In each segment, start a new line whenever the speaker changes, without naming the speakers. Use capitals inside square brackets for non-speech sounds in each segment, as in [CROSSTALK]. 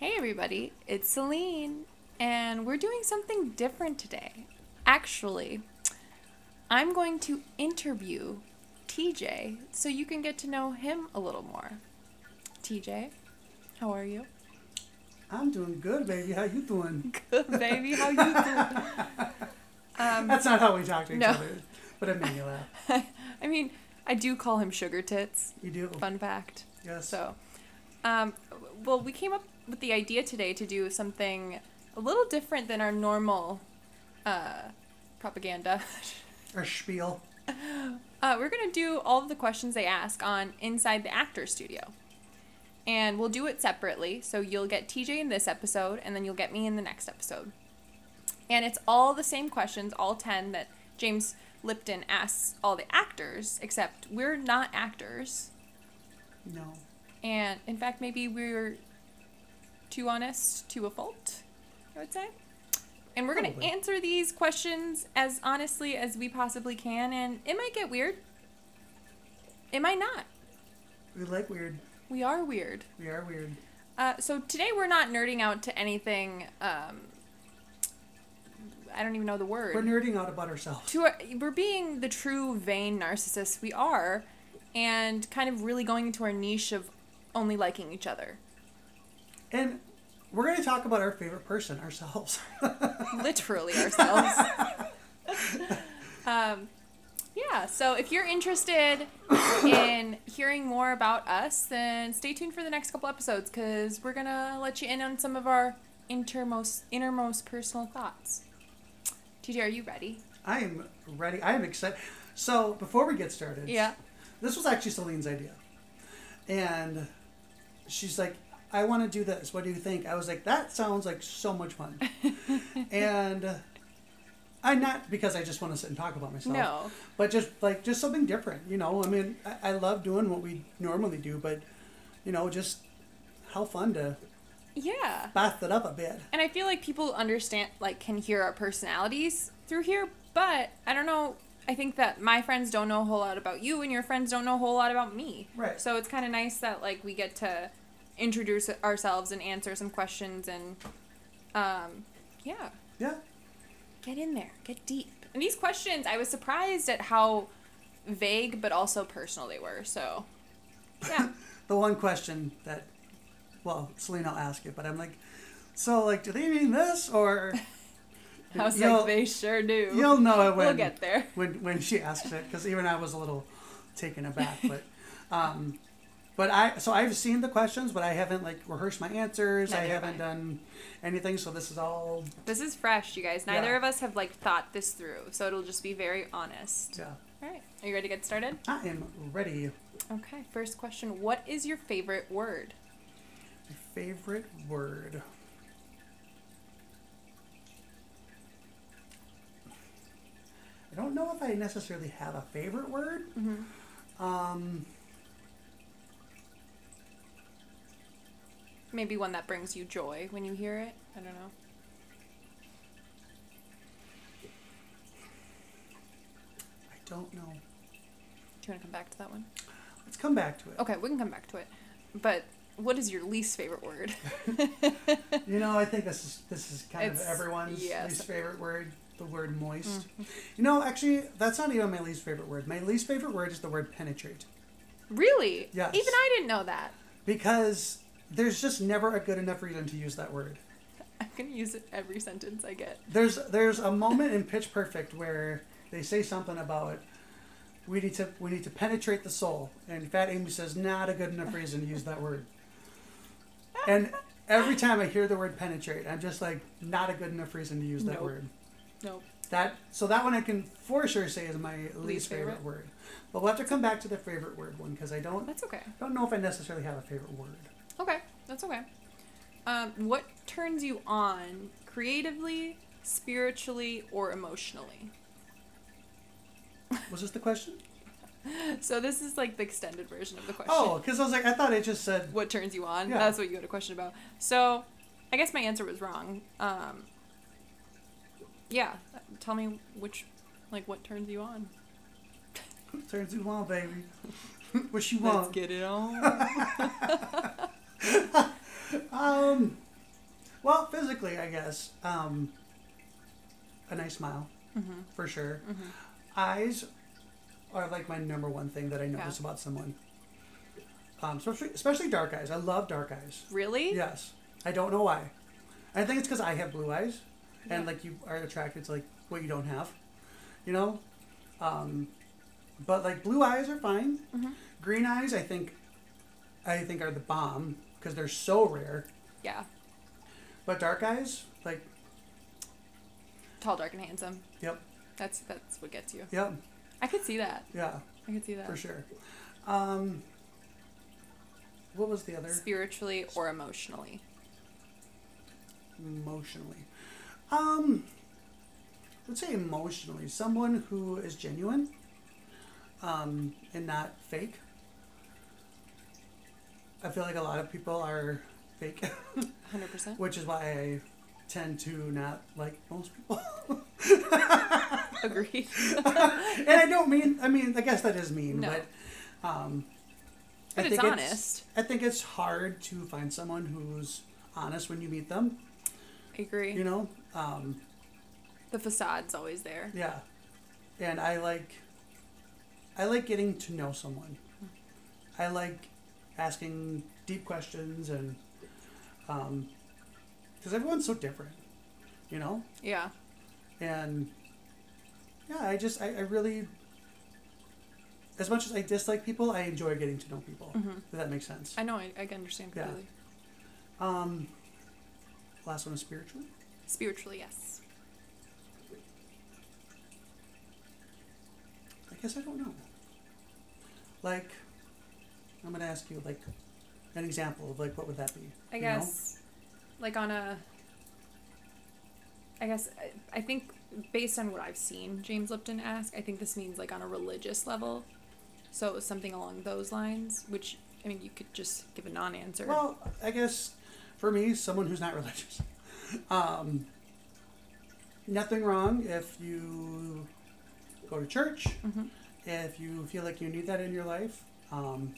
everybody. It's Celine, and we're doing something different today. Actually, I'm going to interview TJ so you can get to know him a little more. TJ, how are you?
I'm doing good, baby. How you doing?
[LAUGHS] Good, baby. How you doing? um,
That's not how we talk to each
No.
other, but it made me laugh.
[LAUGHS] I mean, I do call him Sugar Tits.
You do.
Fun fact.
Yes.
So, um, well, we came up with the idea today to do something a little different than our normal uh, propaganda. [LAUGHS]
Our spiel.
uh, we're going to do all of the questions they ask on Inside the Actor Studio. And we'll do it separately. So you'll get TJ in this episode, and then you'll get me in the next episode. And it's all the same questions, all 10 that James Lipton asks all the actors, except we're not actors.
No.
And in fact, maybe we're too honest to a fault, I would say. And we're going to
Probably.
answer these questions as honestly as we possibly can. And it might get weird. It might not.
We like weird.
We are weird.
We are weird.
Uh, so today we're not nerding out to anything. Um, I don't even know the word.
We're nerding out about ourselves.
to our, we're being the true vain narcissists we are, and kind of really going into our niche of only liking each other.
And we're going to talk about our favorite person, ourselves. [LAUGHS]
literally ourselves. um, yeah, so if you're interested in hearing more about us, then stay tuned for the next couple episodes because we're going to let you in on some of our innermost, innermost personal thoughts. TJ, are you ready?
I am ready. I am excited. So, before we get started,
Yeah.
this was actually Celine's idea. And she's like, I want to do this. What do you think? I was like, that sounds like so
[LAUGHS]
much fun. and uh, I not because I just want to sit and talk about myself.
No.
But just like just something different, you know. I mean, I, I love doing what we normally do, but you know, just how fun to
Yeah.
bath it up a bit.
And I feel like people understand, like, can hear our personalities through here, but I don't know. I think that my friends don't know a whole lot about you, and your friends don't know a whole lot about me.
Right.
So it's kind of nice that, like, we get to introduce ourselves and answer some questions and, um, yeah,
Yeah.
get in there, get deep. And these questions, I was surprised at how vague but also personal they were. So, yeah.
The one question that, well, Selena will ask it, but I'm like, so like, do they mean
[LAUGHS]
this or?
I was
You'll-
like, they sure do.
You'll know it when
we'll get there.
when when she asks it because even I was a little
[LAUGHS]
taken aback. But um, but I so I've seen the questions, but I haven't like rehearsed my answers. I
Neither have
haven't
I.
done anything, so this is all
This is fresh, you guys. Neither
Yeah.
of us have like thought this through, so it'll just be very honest.
yeah.
All right. Are you ready to get started?
I am ready.
Okay. First question, what is your favorite word?
My favorite word. I don't know if I necessarily have a favorite word.
Mhm.
Um,
Maybe one that brings you joy when you hear it. I don't know.
I don't know.
Do you want to come back to that one?
Let's come back to it.
Okay, we can come back to it. But what is your least favorite
[LAUGHS]
word?
You know, I think this is this is kind
It's-
of everyone's
yes. Mm-hmm.
least favorite word, the word moist. You know, actually, that's not even my least favorite word. My least favorite word is the word penetrate
really?
Yes.
Even I didn't know that.
because there's just never a good enough reason to use that word.
I'm gonna use it every sentence I get.
There's there's a moment in Pitch Perfect where they say something about we need to we need to penetrate the soul, and Fat Amy says not a good enough reason to use that word. And every time I hear the word penetrate, I'm just like not a good enough reason to use that
Nope.
word.
Nope.
That so that one I can for sure say is my least, favorite.
favorite?
word. But we'll have to come back to the favorite word one because I don't
That's okay.
don't know if I necessarily have a favorite word.
Okay, that's okay. Um, what turns you on creatively, spiritually, or emotionally? [LAUGHS]
Was this the question?
So this is like the extended version of the question.
Oh, because I was like I thought it just said
What turns you on?
Yeah.
That's what you had a question about. So I guess my answer was wrong. Um, yeah. Tell me which, like, what turns you on?
turns you on, baby. [LAUGHS] what you [LAUGHS]
Let's
want?
get it on.
Um, Well, physically, I guess. Um, a nice smile, for sure. Eyes are like my number one thing that I notice about someone. Um, especially, especially dark eyes. I love dark eyes.
Really?
Yes. I don't know why. I think it's because I have blue eyes, and like you are attracted to like what you don't have, you know. Um, but like blue eyes are fine. Green eyes, I think, I think are the bomb because they're so rare.
Yeah.
But dark eyes, like,
Tall, dark, and handsome.
yep,
That's that's what gets you.
yep,
I could see that.
yeah,
I could see that.
for sure. Um, what was the other?
Spiritually or emotionally.
emotionally. Um, I would say emotionally, someone who is genuine, um, and not fake. I feel like a lot of people are fake, [LAUGHS]
100%.
which is why I tend to not like most people. [LAUGHS]
Agreed.
and I don't mean, I mean, I guess that is mean,
No.
but, um,
But
I
it's
think
honest.
I think it's hard to find someone who's honest when you meet them.
I agree.
You know, um,
the facade's always there.
Yeah. And I like I like getting to know someone. I like asking deep questions and um cuz everyone's so different, you know?
Yeah.
And yeah, I just I, I really as much as I dislike people, I enjoy getting to know people. If that makes sense.
Mm-hmm. I know. I, I can understand
Yeah.
completely.
Um last one is spiritual.
Spiritually, yes.
I guess I don't know. Like, I'm gonna ask you like an example of like what would that be?
I
you know?
guess, like on a. I guess I- I think based on what I've seen James Lipton ask, I think this means like on a religious level, so something along those lines. Which I mean, you could just give a non-answer.
Well, I guess for me, someone who's not [LAUGHS] religious, um, nothing wrong if you go to church,
Mhm.
if you feel like you need that in your life. Um,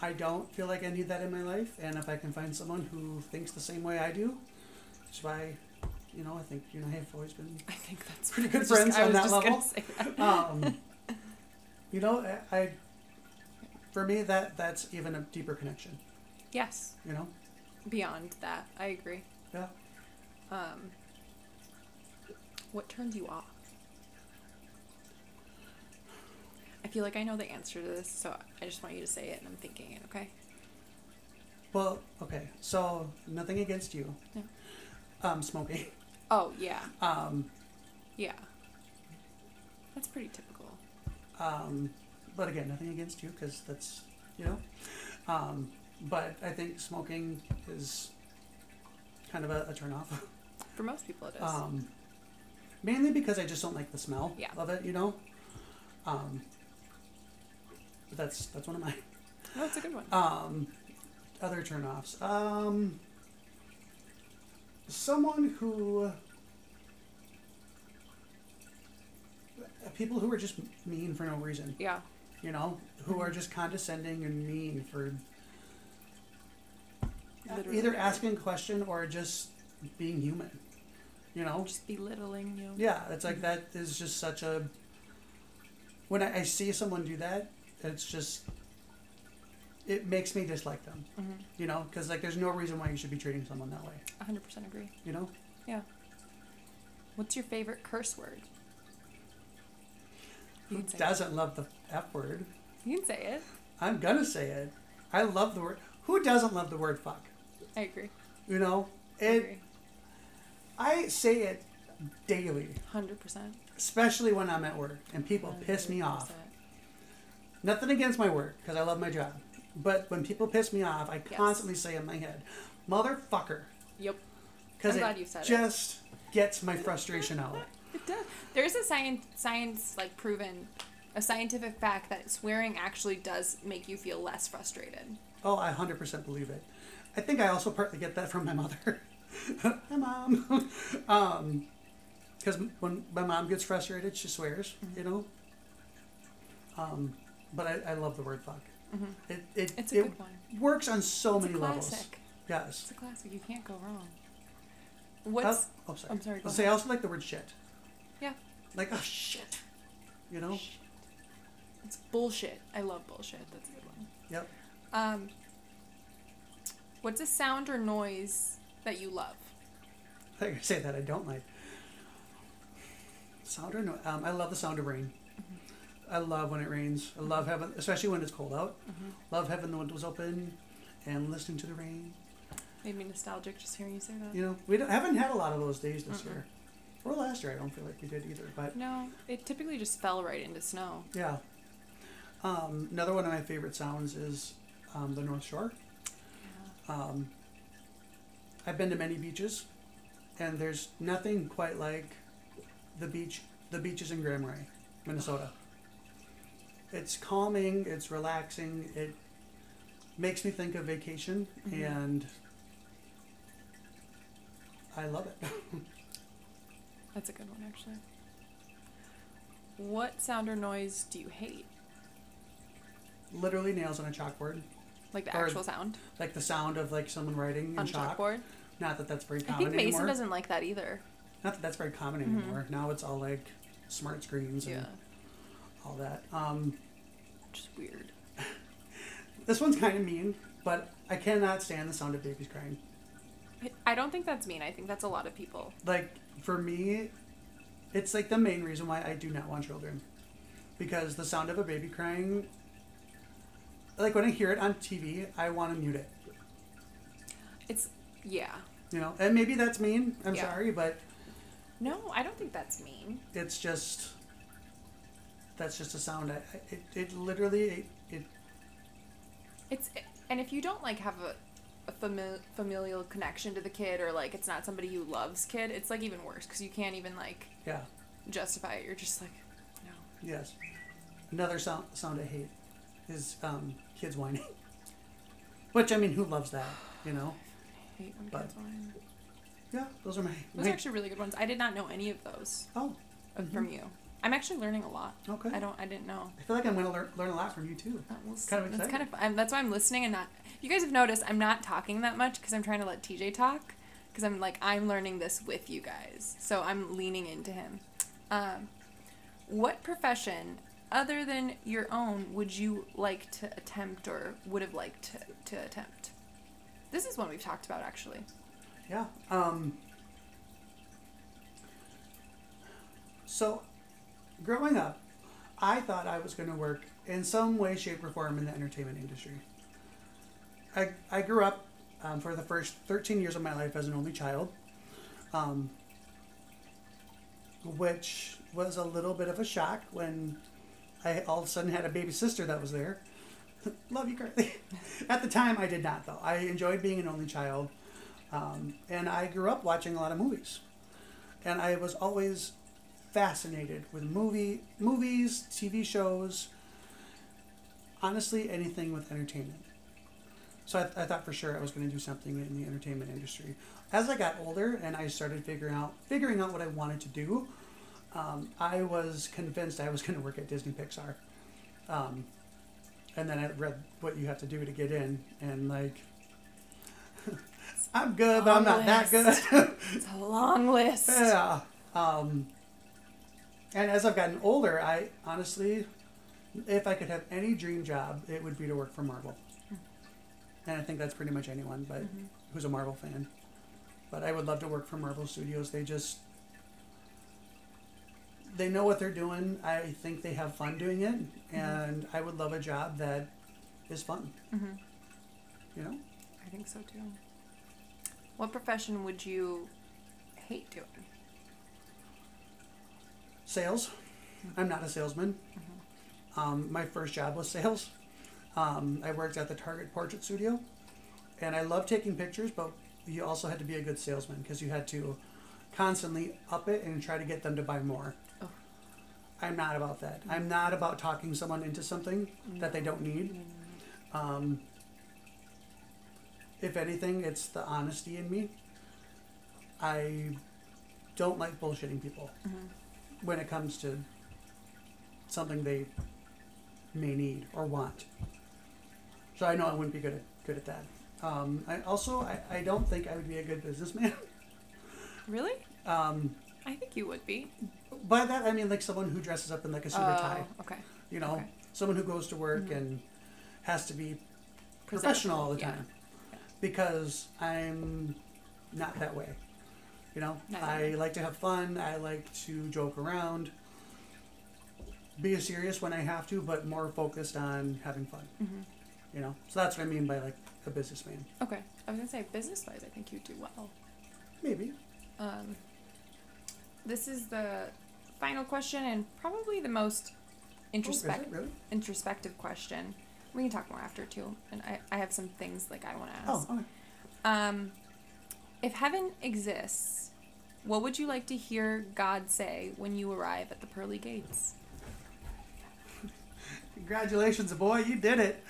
I don't feel like I need that in my life, and if I can find someone who thinks the same way I do, that's why, you know, I think you and I have always been
I think that's
pretty
what
good
I was just-
friends
I
on
was
that
just gonna
level.
say that.
um, you know, I, I for me that that's even a deeper connection.
Yes,
You know,
beyond that, I agree.
yeah.
Um, what turns you off? I feel like I know the answer to this, so I just want you to say it, and I'm thinking it. Okay.
Well, okay. So nothing against you.
No.
Um, smoking.
Oh yeah,
Um,
yeah. That's pretty typical.
um, but again, nothing against you because that's you know. Um, but I think smoking is kind of a, a turn off. [LAUGHS]
For most people, it is.
Um, mainly because I just don't like the smell
Yeah.
of it. You know. Um, but that's that's one of mine.
no, it's a good one.
Um, other turnoffs. Um, someone who uh, people who are just mean for no reason.
yeah,
You know, who are just condescending and mean for
Literally.
either asking a question or just being human. You know.
just belittling you.
Yeah, it's like that is just such a. When I, I see someone do that, it's just. It makes me dislike them,
Mhm.
you know, because like there's no reason why you should be treating someone that way,
A hundred percent agree.
you know.
Yeah. What's your favorite curse word? You
Who
can say it.
doesn't love the f word?
You can say it.
I'm gonna say it. I love the word. Who doesn't love the word fuck?
I agree.
You know,
I
it.
agree.
I say it daily,
Hundred percent.
especially when I'm at work and people piss me off. Nothing against my work, because I love my job. But when people piss me off, I
Yes.
constantly say in my head, motherfucker.
Yep.
Because
I'm
it
glad you said it.
just gets my frustration out.
It does. There is a science, science like proven, a scientific fact that swearing actually does make you feel less frustrated.
Oh, I 100% believe it. I think I also partly get that from my mother. [LAUGHS] Hi, mom. [LAUGHS] um, because when my mom gets frustrated, she swears,
Mm-hmm.
you know. Um, but I, I love the word fuck. It, it,
Mm-hmm. It's a
it
good one.
works on so
It's a
many levels.
classic.
Yes.
It's a classic. You can't go wrong.
I-
What's
oh, sorry.
I'm sorry, go
I'll say I also like the word shit.
yeah?
Like oh shit. You know.
It's bullshit. I love bullshit. That's a good one.
Yep. [LAUGHS]
Um, what's a sound or noise that you love?
Like I say that I don't like. Sound or no? Um, I love the sound of rain.
Mm-hmm.
I love when it rains. I love having, especially when it's cold out.
Mm-hmm.
Love having the windows open and listening to the rain.
Made me nostalgic just hearing you say that.
You know, we don't, haven't had a lot of those days this year, or last year. I don't feel like we did either. But
No, it typically just fell right into snow.
yeah, um, another one of my favorite sounds is um, the North Shore. Um, I've been to many beaches, and there's nothing quite like the beach. The beaches in Grand Marais, Minnesota. It's calming. It's relaxing. It makes me think of vacation,
Mm-hmm.
and I love it. [LAUGHS]
That's a good one, actually. What sound or noise do you hate?
Literally nails on a chalkboard,
Like the
Or
actual sound
like the sound of like someone writing
on
in
a
chalk.
chalkboard?
Not that that's very
I
common
think Mason
anymore.
doesn't like that either.
Not that that's very common anymore. Now it's all like smart screens and
Yeah.
all that. Um,
Just weird.
This one's kind of mean, but I cannot stand the sound of babies crying.
I- I don't think that's mean. I think that's a lot of people.
Like, for me, it's like the main reason why I do not want children. Because the sound of a baby crying, like when I hear it on TV, I want to mute it.
It's, yeah.
You know, and maybe that's mean. I'm
Yeah.
sorry, but
No, I don't think that's mean.
it's just that's just a sound. I, I- it, it literally it, it
It's and if you don't like have a, a fami- familial connection to the kid or like it's not somebody you loves kid, it's like even worse because you can't even like
yeah
justify it. You're just like, no.
yes. Another sound sound I hate is um, kids whining. [LAUGHS] Which I mean, who loves that? You know.
I hate when
But-
kids whine.
Yeah, those are my.
Those
my-
are actually really good ones. I did not know any of those
oh,
from you. I'm actually learning a lot.
okay.
I don't. I didn't know.
I feel like I'm going to learn, learn a lot from you too.
That was,
Kind of
that's
exciting.
kind of. I'm, that's why I'm listening and not. You guys have noticed I'm not talking that much because I'm trying to let TJ talk because I'm like I'm learning this with you guys, so I'm leaning into him. Um, what profession other than your own would you like to attempt or would have liked to, to attempt? This is one we've talked about actually.
Yeah. Um, so, growing up, I thought I was going to work in some way, shape, or form in the entertainment industry. I, I grew up um, for the first 13 years of my life as an only child, um, which was a little bit of a shock when I all of a sudden had a baby sister that was there. [LAUGHS] Love you, Carly. [LAUGHS] At the time, I did not, though. I enjoyed being an only child. Um, and I grew up watching a lot of movies, and I was always fascinated with movie movies, TV shows, honestly anything with entertainment. So I, I thought for sure I was going to do something in the entertainment industry. As I got older and I started figuring out figuring out what I wanted to do, um, I was convinced I was going to work at Disney Pixar. Um, and then I read what you have to do to get in, and like, [LAUGHS] I'm good, but I'm not that good. [LAUGHS]
It's a long list.
Yeah. Um, and as I've gotten older, I honestly, if I could have any dream job, it would be to work for Marvel. And I think that's pretty much anyone, but who's a Marvel fan. But I would love to work for Marvel Studios. They just they know what they're doing. I think they have fun doing it, and I would love a job that is fun.
Mm-hmm.
You know,
I think so too. What profession would you hate doing?
sales. I'm not a salesman. Um, my first job was sales. Um, I worked at the Target Portrait Studio, and I loved taking pictures, but you also had to be a good salesman because you had to constantly up it and try to get them to buy more.
Oh.
I'm not about that. I'm not about talking someone into something that they don't need. Um, if anything, it's the honesty in me. I don't like bullshitting people when it comes to something they may need or want. So I know I wouldn't be good at good at that. Um, I also, I, I don't think I would be a good businessman. [LAUGHS]
Really?
Um,
I think you would be.
by that, I mean like someone who dresses up in like a suit or tie.
Oh, okay.
You know,
okay.
someone who goes to work and has to be
Presentable,
professional all the
yeah.
time because I'm not that way. You know,
Not that
I
way.
like to have fun. I like to joke around, be serious when I have to, but more focused on having fun.
Mm-hmm.
You know, so that's what I mean by like a businessman.
Okay. I was gonna say business wise, I think you do well.
Maybe.
Um, this is the final question and probably the most
Oh, is it
introspect-
really?
introspective question. We can talk more after too, and I, I have some things like I want to ask.
Oh, okay.
Um, if heaven exists, what would you like to hear God say when you arrive at the pearly gates?
Congratulations, boy, you did it.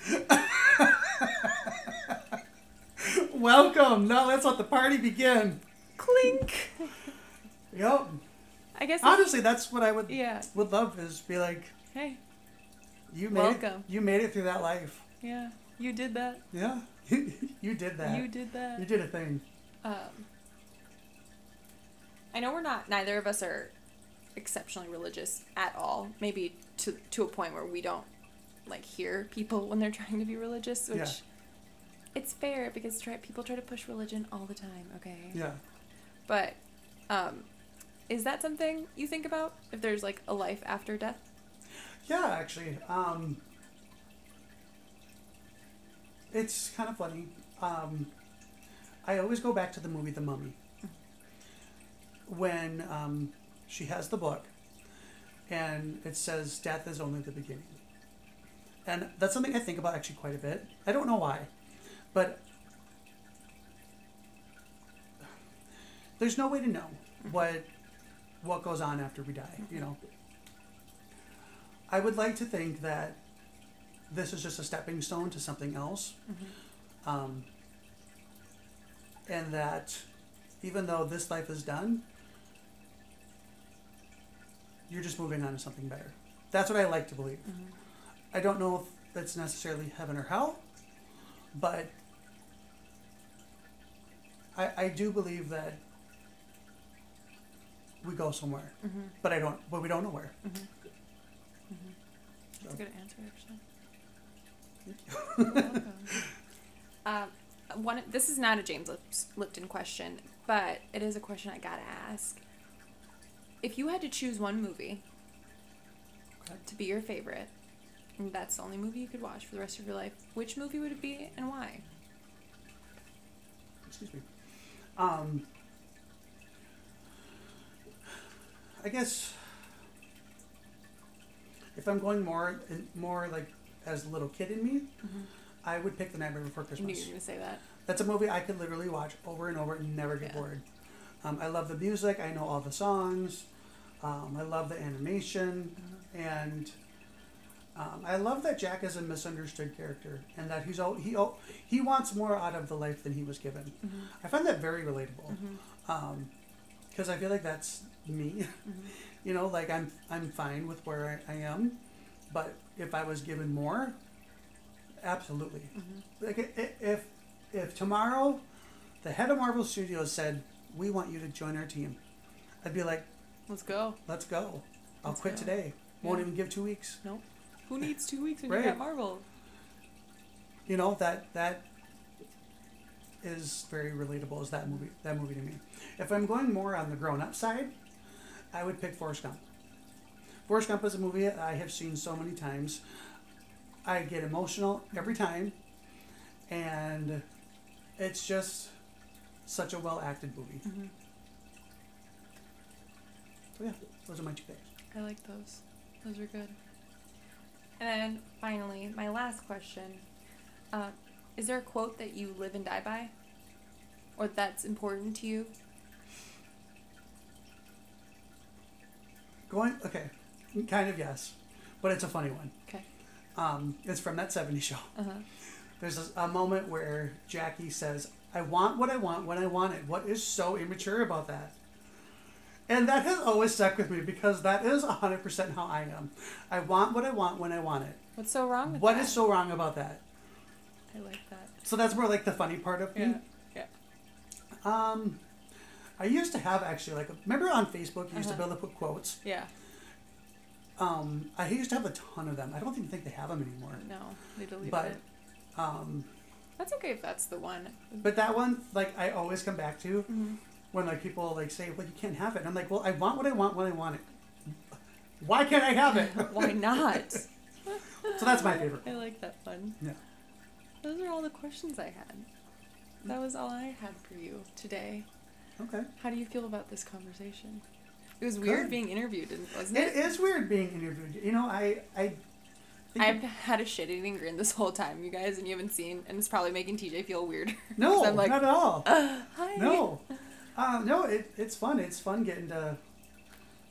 Welcome. Now let's let the party begin.
Clink.
Yep.
I guess. that's-
Honestly, that's what I would
Yeah.
would love is be like,
Hey.
you made
Welcome.
It, you made it through that life.
Yeah. You did that.
Yeah. [LAUGHS] you did that.
You
You,
did that.
did a thing.
Um, I know we're not. Neither of us are exceptionally religious at all. Maybe to to a point where we don't like hear people when they're trying to be religious, which
Yeah.
it's fair because try, people try to push religion all the time. Okay,
Yeah.
but um, is that something you think about if there's like a life after death?
Yeah, actually. Um It's kind of funny. Um I always go back to the movie The Mummy. When um she has the book and it says death is only the beginning. And that's something I think about actually quite a bit. I don't know why. But there's no way to know what what goes on after we die, you know. I would like to think that this is just a stepping stone to something else. Um, and that even though this life is done, you're just moving on to something better. That's what I like to believe. I don't know if that's necessarily heaven or hell, but I, I do believe that we go somewhere, but I don't, but we don't know where.
That's a
So.
good answer, actually.
[LAUGHS]
You're welcome. Um, one, this is not a James Lips- Lipton question, but it is a question I gotta ask. If you had to choose one movie
Okay.
to be your favorite, and that's the only movie you could watch for the rest of your life, which movie would it be and why?
excuse me. Um, I guess if I'm going more more like as a little kid in me, I would pick The Nightmare Before
I knew you were
Christmas.
gonna say that.
That's a movie I could literally watch over and over and never get
Yeah.
bored. Um, I love the music. I know all the songs. Um, I love the animation, and um, I love that Jack is a misunderstood character and that he's all, he al- he wants more out of the life than he was given.
Mm-hmm.
I find that very relatable because I feel like that's me. [LAUGHS]
Mm-hmm.
you know, like I'm I'm fine with where I, I am, but if I was given more, absolutely.
Mm-hmm.
Like i- i- if if tomorrow, the head of Marvel Studios said we want you to join our team, I'd be like,
Let's go.
let's go. I'll
Let's
quit
go.
today. Won't
Yeah.
even give two weeks.
Nope. Who needs two weeks when you
Right.
got Marvel?
you know that that is very relatable is that movie that movie to me if i'm going more on the grown-up side i would pick forrest gump forrest gump is a movie i have seen so many times i get emotional every time and it's just such a well-acted movie
Mm-hmm.
so yeah those are my two picks
I like those. Those are good. And then finally, my last question: uh, Is there a quote that you live and die by, or that's important to you?
going okay kind of yes but it's a funny one
Okay.
um, it's from that 70s show
Uh huh.
There's a, a moment where Jackie says, I want what I want when I want it. What is so immature about that? And that has always stuck with me because that is 100% how I am. I want what I want when I want it.
What's so wrong with
What
that?
is so wrong about that?
I like that.
So that's more like the funny part of me.
Yeah. Yeah.
Um, I used to have actually like remember on Facebook you used
Uh-huh.
to be able to put quotes.
Yeah.
Um, I used to have a ton of them. I don't even think they have them anymore.
No, they deleted
But-
it.
Um,
That's okay if that's the one. [LAUGHS]
but that one like I always come back to
Mm-hmm.
when like people like say, "Well, you can't have it," and I'm like, "Well, I want what I want when I want it. Why can't I
[LAUGHS]
have it?"
Why
[LAUGHS]
not?
so that's my favorite.
I like that one.
Yeah.
Those are all the questions I had. That was all I had for you today.
Okay.
How do you feel about this conversation? It was weird
Good.
being interviewed, and- wasn't
It
it?
is weird being interviewed. You know, I I. think
I've had a shit eating grin this whole time, you guys, and you haven't seen, and it's probably making TJ feel weird. [LAUGHS]
No,
I'm like, "Oh,
not at
[LAUGHS]
all.
Hi.
No, uh, no, it, it's fun. It's fun getting to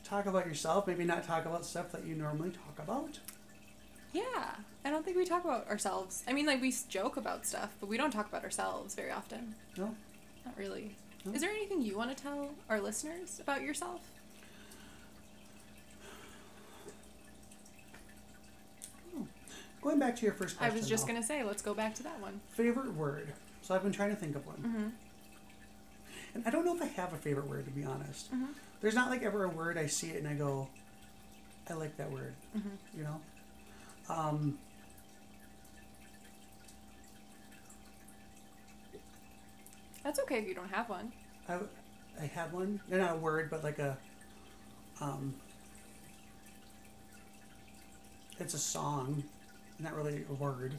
talk about yourself. Maybe not talk about stuff that you normally talk about.
Yeah. I don't think we talk about ourselves. I mean, like, we s- joke about stuff, but we don't talk about ourselves very often.
No,
Not really.
No.
Is there anything you want to tell our listeners about yourself?
going back to your first question.
I was just
though.
going to say, let's go back to that one.
favorite word. So I've been trying to think of one,
Mm-hmm.
and I don't know if I have a favorite word to be honest.
Mhm.
There's not like ever a word I see it and I go, I like that word.
Mhm.
You know. Um,
That's okay if you don't have one.
I, I had one. No, not a word, but like a. Um, it's a song, not really a word,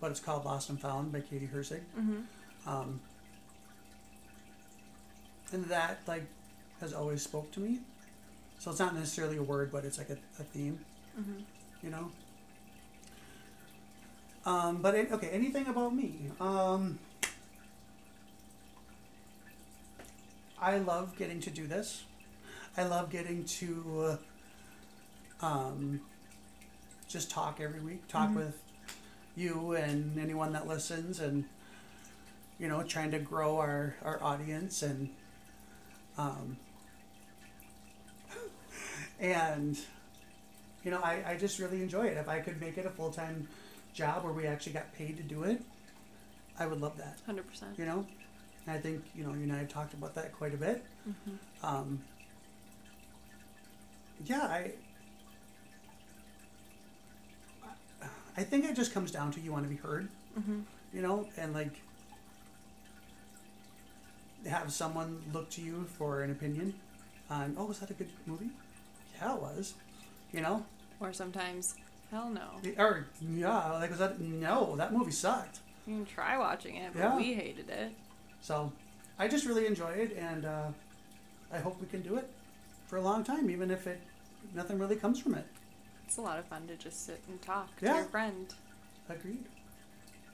but it's called "Lost and Found" by Katie Herzig.
Mm-hmm.
Um, and that like has always spoke to me. So it's not necessarily a word, but it's like a, a theme,
Mm-hmm.
you know. Um, but it, okay, anything about me? Um, I love getting to do this. I love getting to uh, um, just talk every week, talk
Mhm.
with you and anyone that listens, and you know, trying to grow our our audience and um, [LAUGHS] and you know, I I just really enjoy it. If I could make it a full time job where we actually got paid to do it, I would love that
Hundred percent.
you know and i think you know you and i have talked about that quite a bit um, yeah i i think it just comes down to you want to be heard you know and like have someone look to you for an opinion on oh was that a good movie yeah it was you know
Or sometimes, hell no.
or yeah like was that no that movie sucked
You can try watching it, but
Yeah.
we hated it.
So I just really enjoy it, and uh, I hope we can do it for a long time, even if it nothing really comes from it.
It's a lot of fun to just sit and talk to
Yeah.
your friend.
Agreed.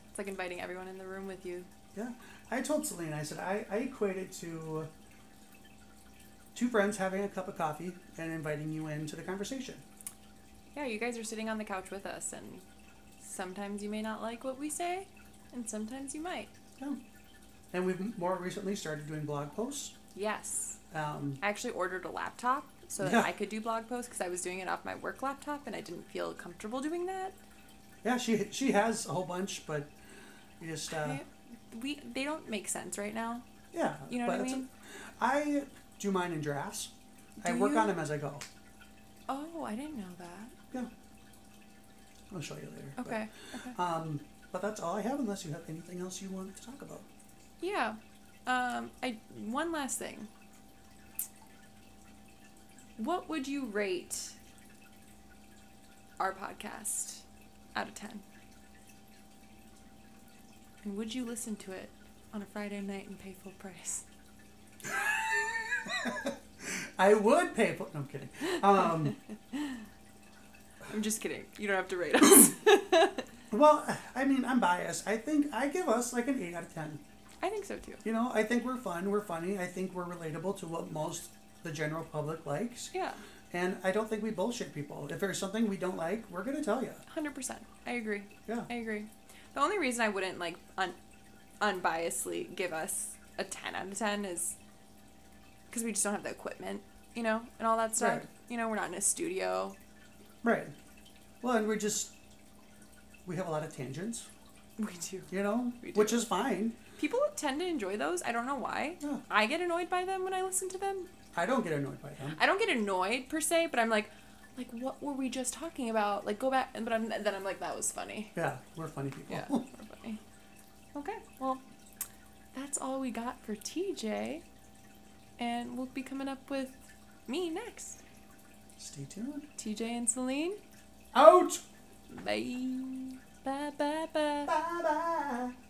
It's like inviting everyone in the room with you.
Yeah. I told Celine, I said, I, I equate it to two friends having a cup of coffee and inviting you into the conversation.
Yeah, you guys are sitting on the couch with us, and sometimes you may not like what we say, and sometimes you might.
Yeah. And we've more recently started doing blog posts.
Yes.
Um,
I actually ordered a laptop so that
Yeah.
I could do blog posts because I was doing it off my work laptop and I didn't feel comfortable doing that.
yeah, she she has a whole bunch, but you just uh,
I- we they don't make sense right now.
yeah.
You know
but
what I
it's-
mean?
I do mine in drafts. I
Do
work
you?
on them as I go.
Oh, I didn't know that.
Yeah. I'll show you later. but-
Okay. Okay.
Um, but that's all I have, unless you have anything else you want to
[LAUGHS]
talk about. [LAUGHS]
Yeah. Um, I one last thing. What would you rate our podcast out of ten? And would you listen to it on a Friday night and pay full price?
I would pay. For, no, I'm kidding. Um,
[LAUGHS] I'm just kidding. You don't have to rate us.
well, I mean, I'm biased. I think I give us like an eight out of ten.
[LAUGHS] I think so too.
You know, I think we're fun. We're funny. I think we're relatable to what most the general public likes,
Yeah,
and I don't think we bullshit people. If there's something we don't like, we're gonna tell you.
hundred percent. I agree.
Yeah.
I agree. The only reason I wouldn't like un- unbiasedly give us a 10 out of 10 is because we just don't have the equipment, you know, and all that stuff.
Right.
You know, we're not in a studio.
Right. Well, and we're just we have a lot of tangents.
We do.
you know,
We do.
which is fine.
People tend to enjoy those. I don't know why.
Yeah.
I get annoyed by them when I listen to them.
I don't get annoyed by them.
I don't get annoyed per se, but I'm like, like what were we just talking about? Like go back, and but I'm then I'm like that was funny.
Yeah, we're funny people.
[LAUGHS] Yeah, we're funny. Okay, well, that's all we got for TJ, and we'll be coming up with me next.
[LAUGHS] Stay tuned.
TJ and Celine.
Out.
Bye. Bye. Bye. Bye.
Bye bye.